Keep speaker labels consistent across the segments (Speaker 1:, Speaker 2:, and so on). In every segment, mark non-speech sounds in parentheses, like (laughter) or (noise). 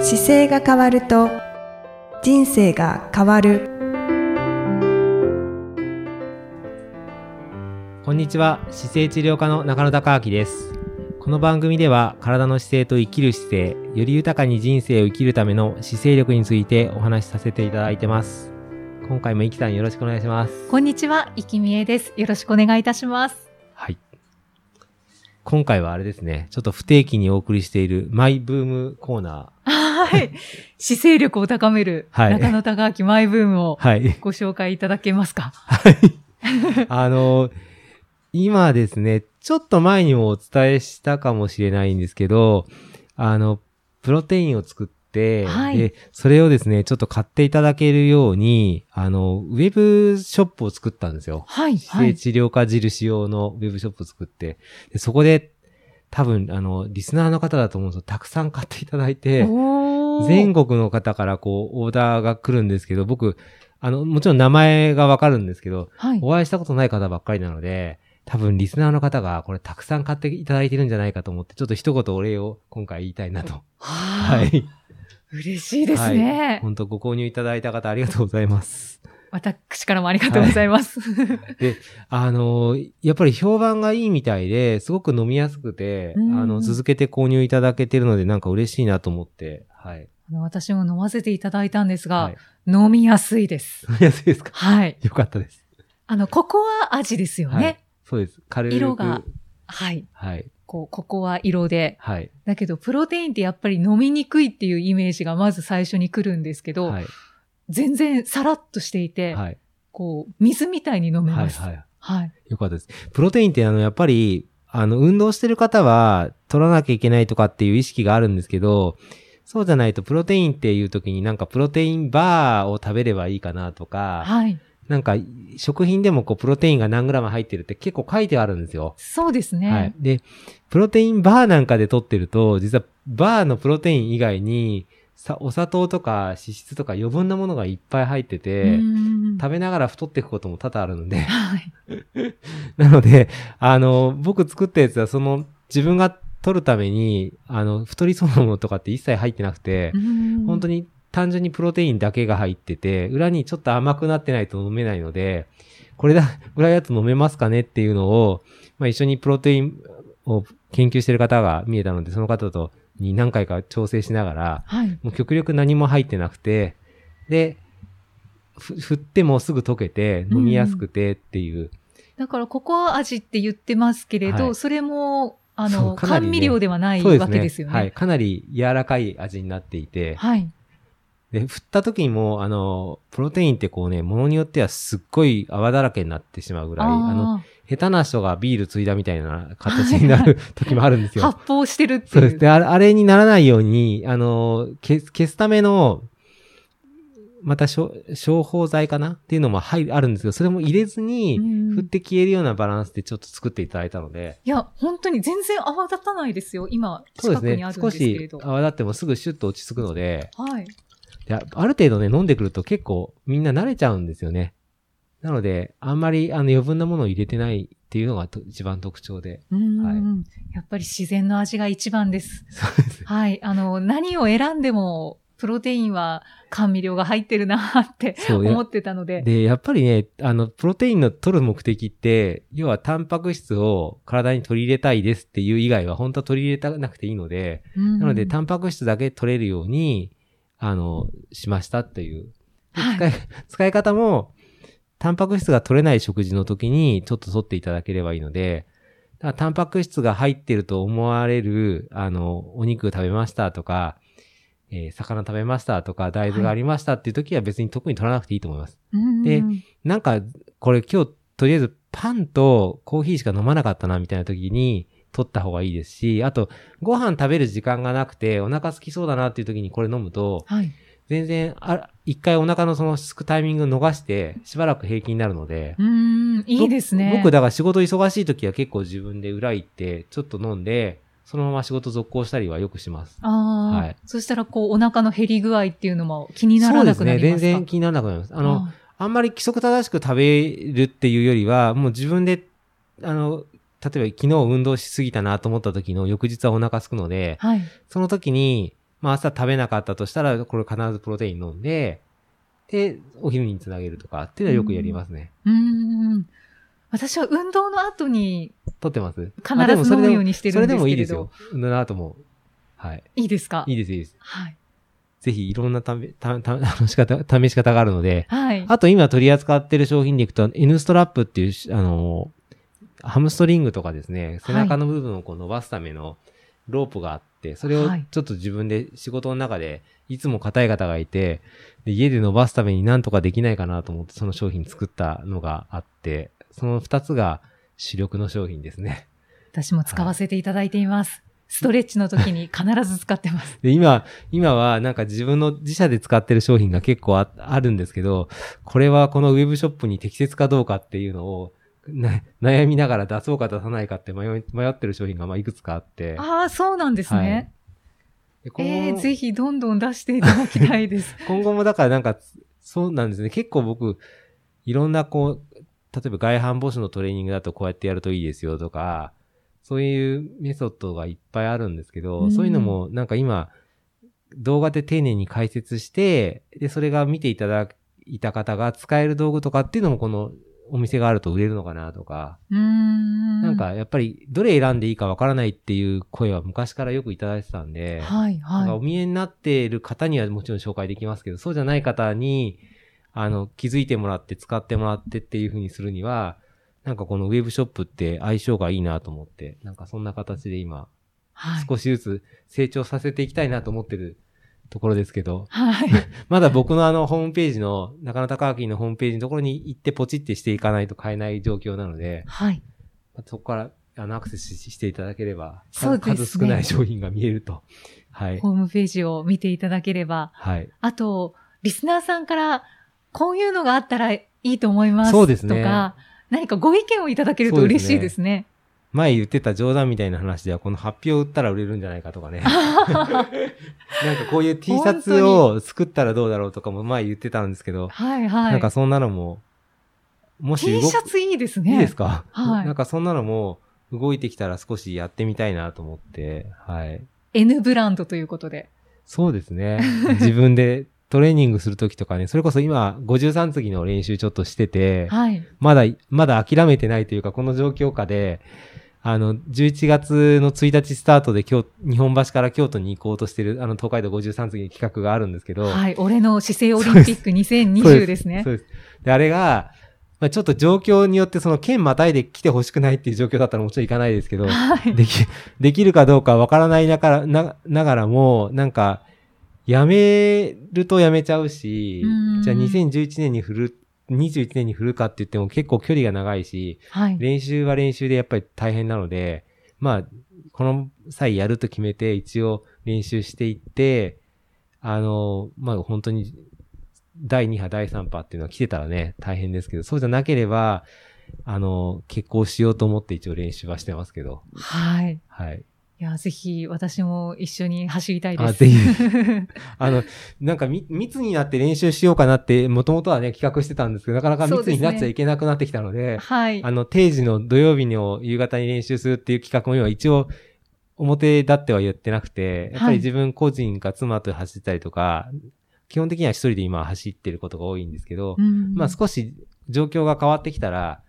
Speaker 1: 姿勢が変わると人生が変わる
Speaker 2: こんにちは姿勢治療科の中野孝明ですこの番組では体の姿勢と生きる姿勢より豊かに人生を生きるための姿勢力についてお話しさせていただいてます今回もイキさんよろしくお願いします
Speaker 3: こんにちは、いきみえです。よろしくお願いいたします。
Speaker 2: はい今回はあれですねちょっと不定期にお送りしているマイブームコーナ
Speaker 3: はい。
Speaker 2: (laughs)
Speaker 3: 姿勢力を高める、
Speaker 2: はい
Speaker 3: 中野隆明マイブームを
Speaker 2: ーはい
Speaker 3: ご紹介いただけますか。
Speaker 2: あの、今ですね、ちょっと前にもお伝えしたかもしれないんですけど、あの、プロテインを作って、
Speaker 3: はい
Speaker 2: で、それをですね、ちょっと買っていただけるように、あの、ウェブショップを作ったんですよ。
Speaker 3: はい、は
Speaker 2: 姿勢
Speaker 3: い。
Speaker 2: 治療科印用のウェブショップを作って、でそこで、多分、あの、リスナーの方だと思うんですよ。たくさん買っていただいて、
Speaker 3: おー
Speaker 2: 全国の方からこう、オーダーが来るんですけど、僕、あの、もちろん名前がわかるんですけど、
Speaker 3: はい。
Speaker 2: お会いしたことない方ばっかりなので、多分リスナーの方がこれたくさん買っていただいてるんじゃないかと思って、ちょっと一言お礼を今回言いたいなと。
Speaker 3: (laughs) は。
Speaker 2: はいい。
Speaker 3: 嬉しいですね。
Speaker 2: 本当ご購入いただいた方ありがとうございます。
Speaker 3: 私からもありがとうございます。
Speaker 2: あの、やっぱり評判がいいみたいで、すごく飲みやすくて、あ
Speaker 3: うん
Speaker 2: の、続けて購入いただけてるので、なんか嬉しいなと思って、はい。
Speaker 3: (laughs) あの私も飲ませていただいたんですが、
Speaker 2: はい。
Speaker 3: 飲みやすいです。
Speaker 2: 飲みやすいですか
Speaker 3: はい。
Speaker 2: よかったです。
Speaker 3: あの、ここは味ですよ
Speaker 2: はい
Speaker 3: ね。
Speaker 2: そうです。軽く。
Speaker 3: 色が。はい。
Speaker 2: はい。
Speaker 3: こう、ここは色で。
Speaker 2: はい。
Speaker 3: だけど、プロテインってやっぱり飲みにくいっていうイメージがまず最初に来るんですけど、
Speaker 2: はい。
Speaker 3: 全然さらっとしていて、
Speaker 2: はい。
Speaker 3: こう、水みたいに飲め
Speaker 2: はい。
Speaker 3: ます。は。
Speaker 2: はいい。よかったです。プロテインってあの、やっぱり、あの、運動してる方は取らなきゃいけないとかっていう意識があるんですけど、そうじゃないとプロテインっていう時になんかプロテインバーを食べればいいかなとか、
Speaker 3: はい。
Speaker 2: なんか食品でもこうプロテインが何グラム入ってるって結構書いてあるんですよ。
Speaker 3: そうですね。
Speaker 2: はい。で、プロテインバーなんかで取ってると、実はバーのプロテイン以外に、さお砂糖とか脂質とか余分なものがいっぱい入って
Speaker 3: う
Speaker 2: て、
Speaker 3: ん
Speaker 2: 食べながら太っていくことも多々あるので、
Speaker 3: はい。
Speaker 2: (laughs) なので、あの、僕作ったやつは、その、自分が取るために、あの、太りそうなものとかって一切入ってなくて、本当
Speaker 3: に。
Speaker 2: に単純にプロテインだけが入ってて、裏にちょっと甘くなってないと飲めないので、これだ、 (laughs) ぐらいだと飲めますかねっていうのを、まあ一緒にプロテインを研究してる方が見えたので、その方と、に何回か調整しながら、
Speaker 3: はい。
Speaker 2: もう極力何も入ってなくて、で、ふ振ってもすぐ溶けて、飲みやすくてっていう、
Speaker 3: だから、ここは味って言ってますけれど、
Speaker 2: はい
Speaker 3: それも、あ
Speaker 2: そ
Speaker 3: の、
Speaker 2: うかなりね
Speaker 3: 甘味料ではない
Speaker 2: そう
Speaker 3: わけですよね。
Speaker 2: はい。かなり柔らかい味になっていて、
Speaker 3: はい。
Speaker 2: で、振った時にも、あの、プロテインってこうね、ものによってはすっごい泡だらけになってしまうぐらい、あの、
Speaker 3: あ
Speaker 2: 下手な人がビールついだみたいな形に
Speaker 3: (laughs)
Speaker 2: なる時もあるんです
Speaker 3: あ、
Speaker 2: よ。
Speaker 3: 発泡してるっていう。
Speaker 2: そうです。で、あれあれにならないように、あの、消す消すための、またしょ、消泡剤かなっていうのも入るあるんですけど、それも入れずに
Speaker 3: う、ん
Speaker 2: 振って消えるようなバランスでちょっと作っていただいたので、
Speaker 3: いや、本当に全然泡立たないですよ。今、
Speaker 2: そうです
Speaker 3: 近くに
Speaker 2: ね
Speaker 3: あ。るんで
Speaker 2: 少
Speaker 3: すけれ
Speaker 2: し
Speaker 3: ど。
Speaker 2: 泡立ってもすぐシュッと落ち着くので、
Speaker 3: はい。
Speaker 2: であある程度ね、飲んでくると結構みんな慣れちゃうんですよね。なので、あんまりあの余分なものを入れてないっていうのがと一番特徴で。
Speaker 3: うんやっぱり自然の味が一番です。
Speaker 2: そうです。
Speaker 3: はい。あの、何を選んでも、プロテインは甘味料が入ってるなって
Speaker 2: そう
Speaker 3: 思
Speaker 2: や
Speaker 3: ってたので。
Speaker 2: で、やっぱりね、あの、プロテインの取る目的って、要はタンパク質を体に取り入れたいですっていう以外は、本当は取り入れたなくていいので、な
Speaker 3: な
Speaker 2: ので、タンパク質だけ取れるように、あの、しましたっていう使
Speaker 3: はい。
Speaker 2: い、使い方も、タンパク質が取れない食事の時にちょっと取っていただければいいので、だからタンパク質が入ってると思われる、あの、お肉食べましたとか、えー魚食べましたとか、大豆がありましたっていう時は別に特に取らなくていいと思います。
Speaker 3: うん
Speaker 2: でなんか、これ今日とりあえずパンとコーヒーしか飲まなかったなみたいな時に取った方がいいですし、あと、ご飯食べる時間がなくてお腹空きそうだなっていう時にこれ飲むと、
Speaker 3: はい。
Speaker 2: 全然、あ、一回お腹のそのすくタイミング逃して、しばらく平気になるので。
Speaker 3: うん、いいですね。
Speaker 2: 僕、だから仕事忙しい時は結構自分で裏行って、ちょっと飲んで、そのまま仕事続行したりはよくします。
Speaker 3: ああ、
Speaker 2: はい
Speaker 3: そしたら、こう、お腹の減り具合っていうのも気にな
Speaker 2: そ
Speaker 3: ら
Speaker 2: うで
Speaker 3: な
Speaker 2: す
Speaker 3: くな
Speaker 2: ね。
Speaker 3: り
Speaker 2: 全
Speaker 3: ますか
Speaker 2: 然気にならなくなります。あの、
Speaker 3: あ
Speaker 2: あんまり規則正しく食べるっていうよりは、もう自分で、あの、例えば昨日運動しすぎたなと思った時の翌日はお腹空くので、
Speaker 3: ーはい。
Speaker 2: その時に、まあ朝食べなかったとしたら、これ必ずプロテイン飲んで、で、お昼につなげるとかっていうのはよくやりますね。
Speaker 3: うーん。私は運動の後に
Speaker 2: 取ってます
Speaker 3: 必
Speaker 2: あでも
Speaker 3: ず
Speaker 2: そ
Speaker 3: 飲
Speaker 2: れで
Speaker 3: む
Speaker 2: も
Speaker 3: ようにしてる
Speaker 2: そ
Speaker 3: ん
Speaker 2: れ
Speaker 3: で
Speaker 2: で
Speaker 3: すけれど。
Speaker 2: もいいですよ。なとも。はい。
Speaker 3: いいですか
Speaker 2: いいです、いいです。
Speaker 3: はい。
Speaker 2: ぜひいろんなため、た、た、試し方、試し方があるので、
Speaker 3: はい。
Speaker 2: あと今取り扱ってる商品でいくと、N ストラップっていうし、あの、ハムストリングとかですね、背中の部分をこう伸ばすためのロープがあって、それを
Speaker 3: はい
Speaker 2: ちょっと自分で仕事の中で、いつも硬い方がいて、で家で伸ばすためになんとかできないかなと思って、その商品作ったのがあって、その二つが主力の商品ですね。
Speaker 3: 私も使わせていただいています。ストレッチの時に必ず使ってます。
Speaker 2: で、今、今はなんか自分の自社で使ってる商品が結構ああるんですけど、これはこのウェブショップに適切かどうかっていうのを、な悩みながら出そうか出さないかって迷い迷ってる商品がまあいくつかあって。
Speaker 3: ああ、そうなんですね。
Speaker 2: で今後
Speaker 3: ええ
Speaker 2: も
Speaker 3: ぜひどんどん出していただきたい
Speaker 2: (laughs)
Speaker 3: です。
Speaker 2: 今後もだからなんか、そうなんですね。結構僕、いろんなこう、例えば外反母趾のトレーニングだとこうやってやるといいですよとか、そういうメソッドがいっぱいあるんですけど、
Speaker 3: うん
Speaker 2: そういうのもなんか今、動画で丁寧に解説して、で、それが見ていただいた方が使える道具とかっていうのもこのお店があると売れるのかなとか、
Speaker 3: うーん。
Speaker 2: なん、かやっぱりどれ選んでいいかわからないっていう声は昔からよくいただいてたんで、
Speaker 3: はい、
Speaker 2: なんか
Speaker 3: は
Speaker 2: お見えになっている方にはもちろん紹介できますけど、そうじゃない方に、あの、気づいてもらって、使ってもらってっていう風にするには、なんかこのウェブショップって相性がいいなと思って、なんかそんな形で今、
Speaker 3: い。はい。
Speaker 2: 少しずつ成長させていきたいなと思ってるところですけど、
Speaker 3: はい。
Speaker 2: (laughs) まだ僕のあの、ホームページの、中野高明のホームページのところに行ってポチってしていかないと買えない状況なので、
Speaker 3: はい。
Speaker 2: まあそこから、あの、アクセスししていただければ、
Speaker 3: そう
Speaker 2: 数
Speaker 3: ですね
Speaker 2: 数少ない商品が見えると。はい。
Speaker 3: ホームページを見ていただければ。
Speaker 2: はい。
Speaker 3: あと、リスナーさんから、こういうのがあったらいいと思います。
Speaker 2: そうですね
Speaker 3: とか、何かご意見をいただけると
Speaker 2: そうで
Speaker 3: 嬉
Speaker 2: す
Speaker 3: し
Speaker 2: ね
Speaker 3: いですね。
Speaker 2: 前言ってた冗談みたいな話では、この発表売ったら売れるんじゃないかとか
Speaker 3: (laughs)
Speaker 2: ね。なんかこういう T シャツを作ったらどうだろうとかも前言ってたんですけど、
Speaker 3: はいはい。
Speaker 2: なんかそんなのも、もし
Speaker 3: T
Speaker 2: 動
Speaker 3: シャ
Speaker 2: く、
Speaker 3: ツいいですね。
Speaker 2: いいですか、
Speaker 3: はい
Speaker 2: なんかそんなのも動いてきたら少しやってみたいなと思って、はい。
Speaker 3: N ブランドということで。
Speaker 2: そうですね。自分でトレーニングするときとかね、それこそ今53次の練習ちょっとしてて、
Speaker 3: はい。
Speaker 2: まだ、まだ諦めてないというか、この状況下で、あの、11月の1日スタートで今日、日本橋から京都に行こうとしてる、あの、東海道53次の企画があるんですけど、
Speaker 3: はい。俺の姿勢オリンピック2020ですね
Speaker 2: そ。うです。で、あれが、まあ、ちょっと状況によって、その県またいで来てほしくないっていう状況だったらもちろん行かないですけど、
Speaker 3: はい。
Speaker 2: でき、できるかどうかわからないなからな、ながらも、なんか、やめるとやめちゃうし
Speaker 3: う、ん
Speaker 2: じゃあ2011年に振る、21年に振るかって言っても結構距離が長いし、
Speaker 3: はい。
Speaker 2: 練習は練習でやっぱり大変なので、まあ、この際やると決めて一応練習していって、あの、まあ本当に第2波、第3波っていうのは来てたらね、大変ですけど、そうじゃなければ、あの、結婚しようと思って一応練習はしてますけど、
Speaker 3: はい。
Speaker 2: はい。
Speaker 3: いや、ぜひ私も一緒に走りたいです。
Speaker 2: あぜひあの、なんかみ密になって練習しようかなって、もともとはね、企画してたんですけど、なかなか
Speaker 3: そう
Speaker 2: 密
Speaker 3: です
Speaker 2: に
Speaker 3: ね
Speaker 2: なっちゃいけなくなってきたので、
Speaker 3: (laughs) はい
Speaker 2: あ。の、定時の土曜日の夕方に練習するっていう企画も今一応、表立っては言ってなくて、やっぱ
Speaker 3: はい
Speaker 2: り自分個人か妻と走ったりとか、基本的には一人で今走ってることが多いんですけど、
Speaker 3: うん
Speaker 2: まあ少し状況が変わってきたら、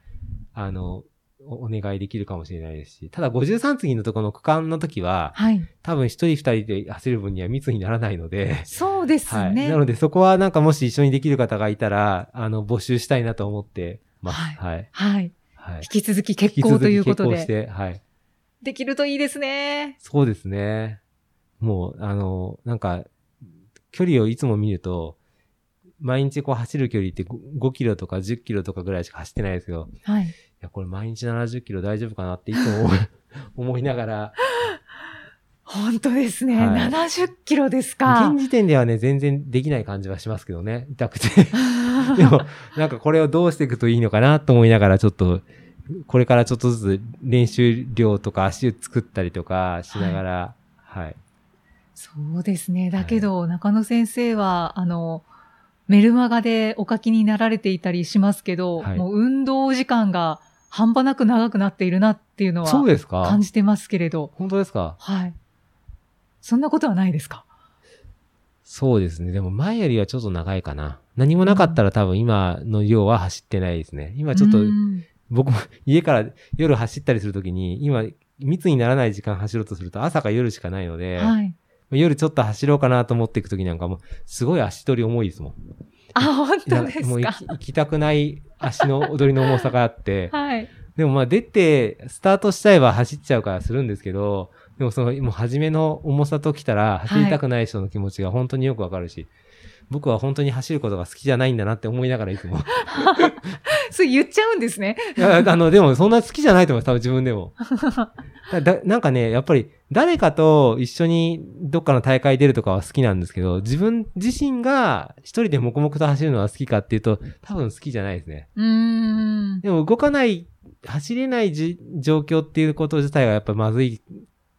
Speaker 2: あの、おお願いできるかもしれないですし、ただ53次のところの区間の時は、
Speaker 3: はい。
Speaker 2: 多分一人二人で走る分には密にならないので、
Speaker 3: そうです
Speaker 2: はい。
Speaker 3: ね。
Speaker 2: なのでそこはなんかもし一緒にできる方がいたら、あの、募集したいなと思ってます。
Speaker 3: は
Speaker 2: はい。
Speaker 3: はい。
Speaker 2: はい
Speaker 3: 引き続き結婚ということ
Speaker 2: 引き続き結婚し
Speaker 3: で。
Speaker 2: て、はい。
Speaker 3: できるといいですね。
Speaker 2: そうですね。もう、あの、なんか、距離をいつも見ると、毎日こう走る距離って 5, 5キロとか10キロとかぐらいしか走ってないですけど、い
Speaker 3: はい。
Speaker 2: や、これ毎日70キロ大丈夫かなっていつ
Speaker 3: (laughs)
Speaker 2: も思い思いながら、
Speaker 3: 本当ですね。
Speaker 2: はい
Speaker 3: 70キロですか
Speaker 2: 現。時点ではね、全然できない感じはしますけどね、痛
Speaker 3: (laughs)
Speaker 2: くて。でも、なんかこれをどうしていくといいのかなと思いながら、ちょっと、これからちょっとずつ練習量とか足を作ったりとかしながら、はい
Speaker 3: そうですね。だけど、中野先生は、あの、メルマガでお書きになられていたりしますけど、
Speaker 2: はい
Speaker 3: もう運動時間が半端なく長くなっているなっていうの
Speaker 2: そう
Speaker 3: は
Speaker 2: ですか
Speaker 3: 感じてますけれど、
Speaker 2: 本当ですか
Speaker 3: はい。そんなことはないですか
Speaker 2: そうですね。でも前よりはちょっと長いかな。何もなかったら多分今の量は走ってないですね。今ちょっと
Speaker 3: うん
Speaker 2: 僕も家から夜走ったりするときに、今密にならない時間走ろうとすると朝か夜しかないので、
Speaker 3: はい。
Speaker 2: 夜ちょっと走ろうかなと思っていくときなんかもうすごい足取り重いですもん。
Speaker 3: あ、本当
Speaker 2: なん
Speaker 3: で
Speaker 2: か
Speaker 3: す
Speaker 2: もう
Speaker 3: か。
Speaker 2: 行き行きたくない足の踊りの重さがあ
Speaker 3: (laughs)
Speaker 2: って、
Speaker 3: はい。
Speaker 2: でもまあ出て、スタートしちゃえば走っちゃうからするんですけど、でもその、もう初めの重さときたら、走りたくない人の気持ちが本当によくわかるし、僕は本当に走ることが好きじゃないんだなって思いながらいつも。 (laughs)
Speaker 3: そう言っちゃうんですね。
Speaker 2: いやあの、でもそんな好きじゃないと思います、多分自分でも。だだなんかね、やっぱり誰かと一緒にどっかの大会出るとかは好きなんですけど、自分自身が一人で黙々と走るのは好きかっていうと、多分好きじゃないですね。
Speaker 3: うーん。
Speaker 2: でも動かない、走れないじ状況っていうこと自体がやっぱまずい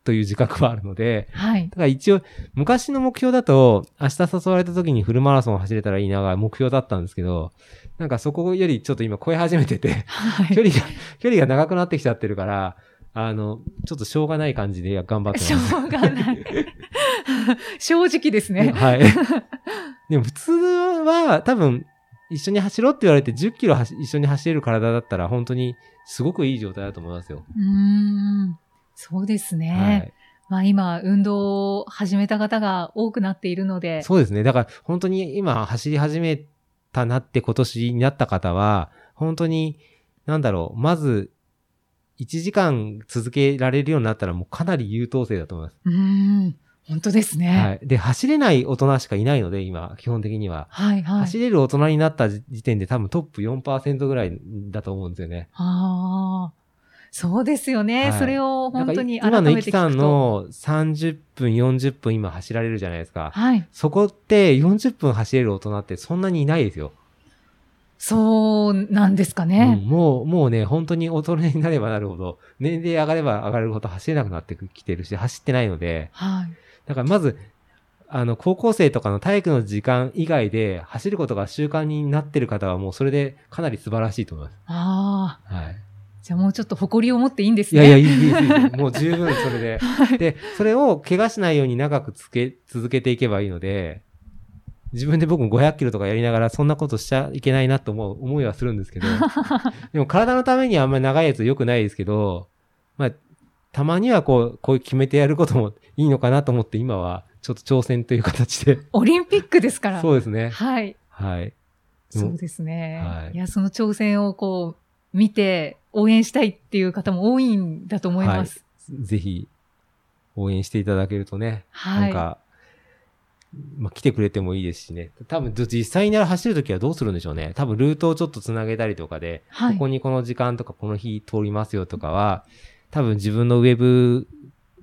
Speaker 2: という自覚はあるので、
Speaker 3: はい
Speaker 2: だ。から一応、昔の目標だと、明日誘われた時にフルマラソンを走れたらいいなが目標だったんですけど、なんかそこよりちょっと今超え始めてて、
Speaker 3: はい。
Speaker 2: 距離が、距離が長くなってきちゃってるから、あの、ちょっとしょうがない感じで頑張って
Speaker 3: しょ
Speaker 2: ます。
Speaker 3: うがない。 (laughs) 正直ですね。
Speaker 2: はい。でも普通は多分一緒に走ろうって言われて10キロ走一緒に走れる体だったら本当にすごくいい状態だと思いますよ。
Speaker 3: うーん。そうです
Speaker 2: はい。
Speaker 3: ね。まあ今、運動を始めた方が多くなっているので。
Speaker 2: そうですね。だから本当に今走り始めたなって今年になった方は、本当に、なんだろう、まず、1時間続けられるようになったらもうかなり優等生だと思います。
Speaker 3: うーん。本当です
Speaker 2: は
Speaker 3: ね。
Speaker 2: い。で、走れない大人しかいないので、今、基本的には。
Speaker 3: はい、はい。
Speaker 2: 走れる大人になった時点で多分トップ4%ぐらいだと思うんですよね。
Speaker 3: ああ。そうですよね。
Speaker 2: はい
Speaker 3: それを本当に
Speaker 2: だか
Speaker 3: 改
Speaker 2: ら今の
Speaker 3: め
Speaker 2: イ
Speaker 3: て
Speaker 2: キ
Speaker 3: 聞くと。
Speaker 2: さんの30分、40分今走られるじゃないですか。
Speaker 3: はい。
Speaker 2: そこって40分走れる大人ってそんなにいないですよ。
Speaker 3: そうなんですか
Speaker 2: うん
Speaker 3: ね。
Speaker 2: もう、もうね、本当に大人になればなるほど、年齢上がれば上がるほど走れなくなってきてるし、走ってないので、
Speaker 3: はい。
Speaker 2: だからまず、あの、高校生とかの体育の時間以外で走ることが習慣になってる方はもうそれでかなり素晴らしいと思います。
Speaker 3: ああ。
Speaker 2: はい。
Speaker 3: じゃあもうちょっと誇りを持っていいんです
Speaker 2: い
Speaker 3: ね。
Speaker 2: やいや、いいいいいいいい。もう十分それ
Speaker 3: (laughs)
Speaker 2: で。で、それを怪我しないように長くつけ、続けていけばいいので、自分で僕も500キロとかやりながらそんなことしちゃいけないなと思う、思いはするんですけ
Speaker 3: (laughs)
Speaker 2: ど、でも体のためにはあんまり長いやつ良くないですけど、まあ、たまにはこう、こういう決めてやることもいいのかなと思って今はちょっと挑戦という形で、
Speaker 3: オリンピックですから。
Speaker 2: そうですね。
Speaker 3: はい。
Speaker 2: はい。でも
Speaker 3: そうですね。
Speaker 2: はいい、
Speaker 3: や、その挑戦をこう、見て、応援したいっていう方も多いんだと思います。
Speaker 2: ぜひ、応援していただけるとね、
Speaker 3: は。
Speaker 2: ないんか、まあ、来てくれてもいいですしね。多分、実際に走るときはどうするんでしょうね。多分、ルートをちょっとつなげたりとかで、
Speaker 3: はい。
Speaker 2: ここにこの時間とかこの日通りますよとかは、多分自分のウェブ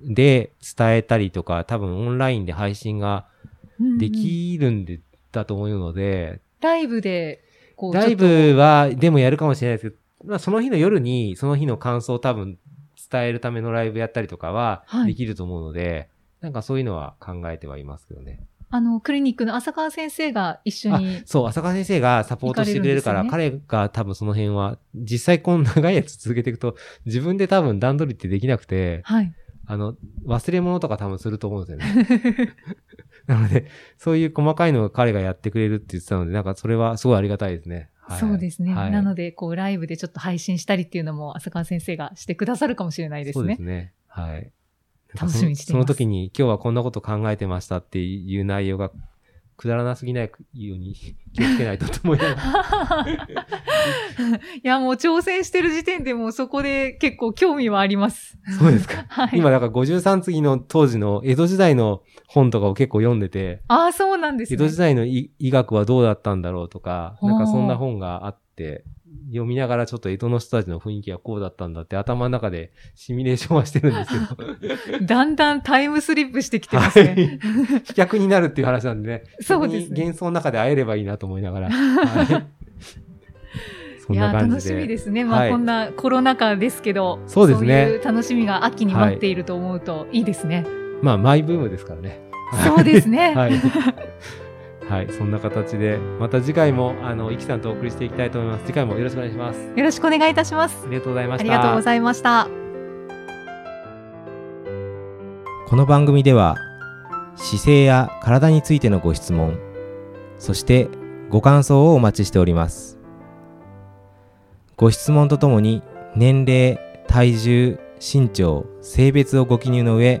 Speaker 2: で伝えたりとか、多分オンラインで配信が
Speaker 3: うんうん
Speaker 2: できるんで、だと思うので、
Speaker 3: ライブで、こう、
Speaker 2: ライブはでもやるかもしれないですけど、まあ、その日の夜にその日の感想を多分伝えるためのライブやったりとかは
Speaker 3: はい
Speaker 2: できると思うので、なんかそういうのは考えてはいますけどね。
Speaker 3: あの、クリニックの浅川先生が一緒に。
Speaker 2: そう、浅川先生がサポートしてくれるから、
Speaker 3: 行か
Speaker 2: 彼が多分その辺は、実際この長いやつ続けていくと、自分で多分段取りってできなくて、
Speaker 3: はい。
Speaker 2: あの、忘れ物とか多分すると思うんですよね。
Speaker 3: (laughs)
Speaker 2: なので、そういう細かいのを彼がやってくれるって言ってたので、なんかそれはすごいありがたいですね。はい
Speaker 3: そうですね。
Speaker 2: はい
Speaker 3: なので、こう、ライブでちょっと配信したりっていうのも、浅川先生がしてくださるかもしれないです
Speaker 2: そうで
Speaker 3: ね。
Speaker 2: すね。はい。
Speaker 3: 楽しみにしてい
Speaker 2: そのそ
Speaker 3: ます
Speaker 2: の時に、今日はこんなこと考えてましたっていう内容が、くだらなすぎないように気をつけないとと思いながら
Speaker 3: (laughs) いや、もう挑戦してる時点でもうそこで結構興味はあります。 (laughs)
Speaker 2: そうですか。
Speaker 3: はい。
Speaker 2: 今、だから53次の当時の江戸時代の本とかを結構読んでて、
Speaker 3: ああ、そうなんです
Speaker 2: 江戸
Speaker 3: ね
Speaker 2: 時。代のい医学はどうだったんだろうとか、
Speaker 3: ほう
Speaker 2: なんかそんな本があって、読みながらちょっと江戸の人たちの雰囲気はこうだったんだって頭の中でシミュレーションはしてるんですけ
Speaker 3: (laughs)
Speaker 2: ど、
Speaker 3: だんだんタイムスリップしてきてます
Speaker 2: はい
Speaker 3: ね。
Speaker 2: 飛脚になるっていう話なんでね、
Speaker 3: そうですね
Speaker 2: そこに幻想の中で会えればいいなと思い
Speaker 3: (laughs)
Speaker 2: ながら、はいそ
Speaker 3: い
Speaker 2: んな
Speaker 3: やー
Speaker 2: 感
Speaker 3: 楽
Speaker 2: じ
Speaker 3: しみ
Speaker 2: で。
Speaker 3: ですね。まあ、
Speaker 2: はい
Speaker 3: こんなコロナ禍ですけど、
Speaker 2: そうですね
Speaker 3: そういう楽しみが秋に待っていると思うといいですね。
Speaker 2: まあ、マイブームですからね。はい
Speaker 3: そうですね。
Speaker 2: はい。 (laughs) はい、そんな形で、また次回も、あの、いきさんとお送りしていきたいと思います。次回もよろしくお願いします。
Speaker 3: よろしくお願いいたします。
Speaker 2: ありがとうございまし
Speaker 3: あ
Speaker 2: た。
Speaker 3: りがとうございました。
Speaker 2: この番組では
Speaker 4: 姿勢や体についてのご質問、そしてご感想をお待ちしております。ご質問とともに年齢、体重、身長、性別をご記入の上、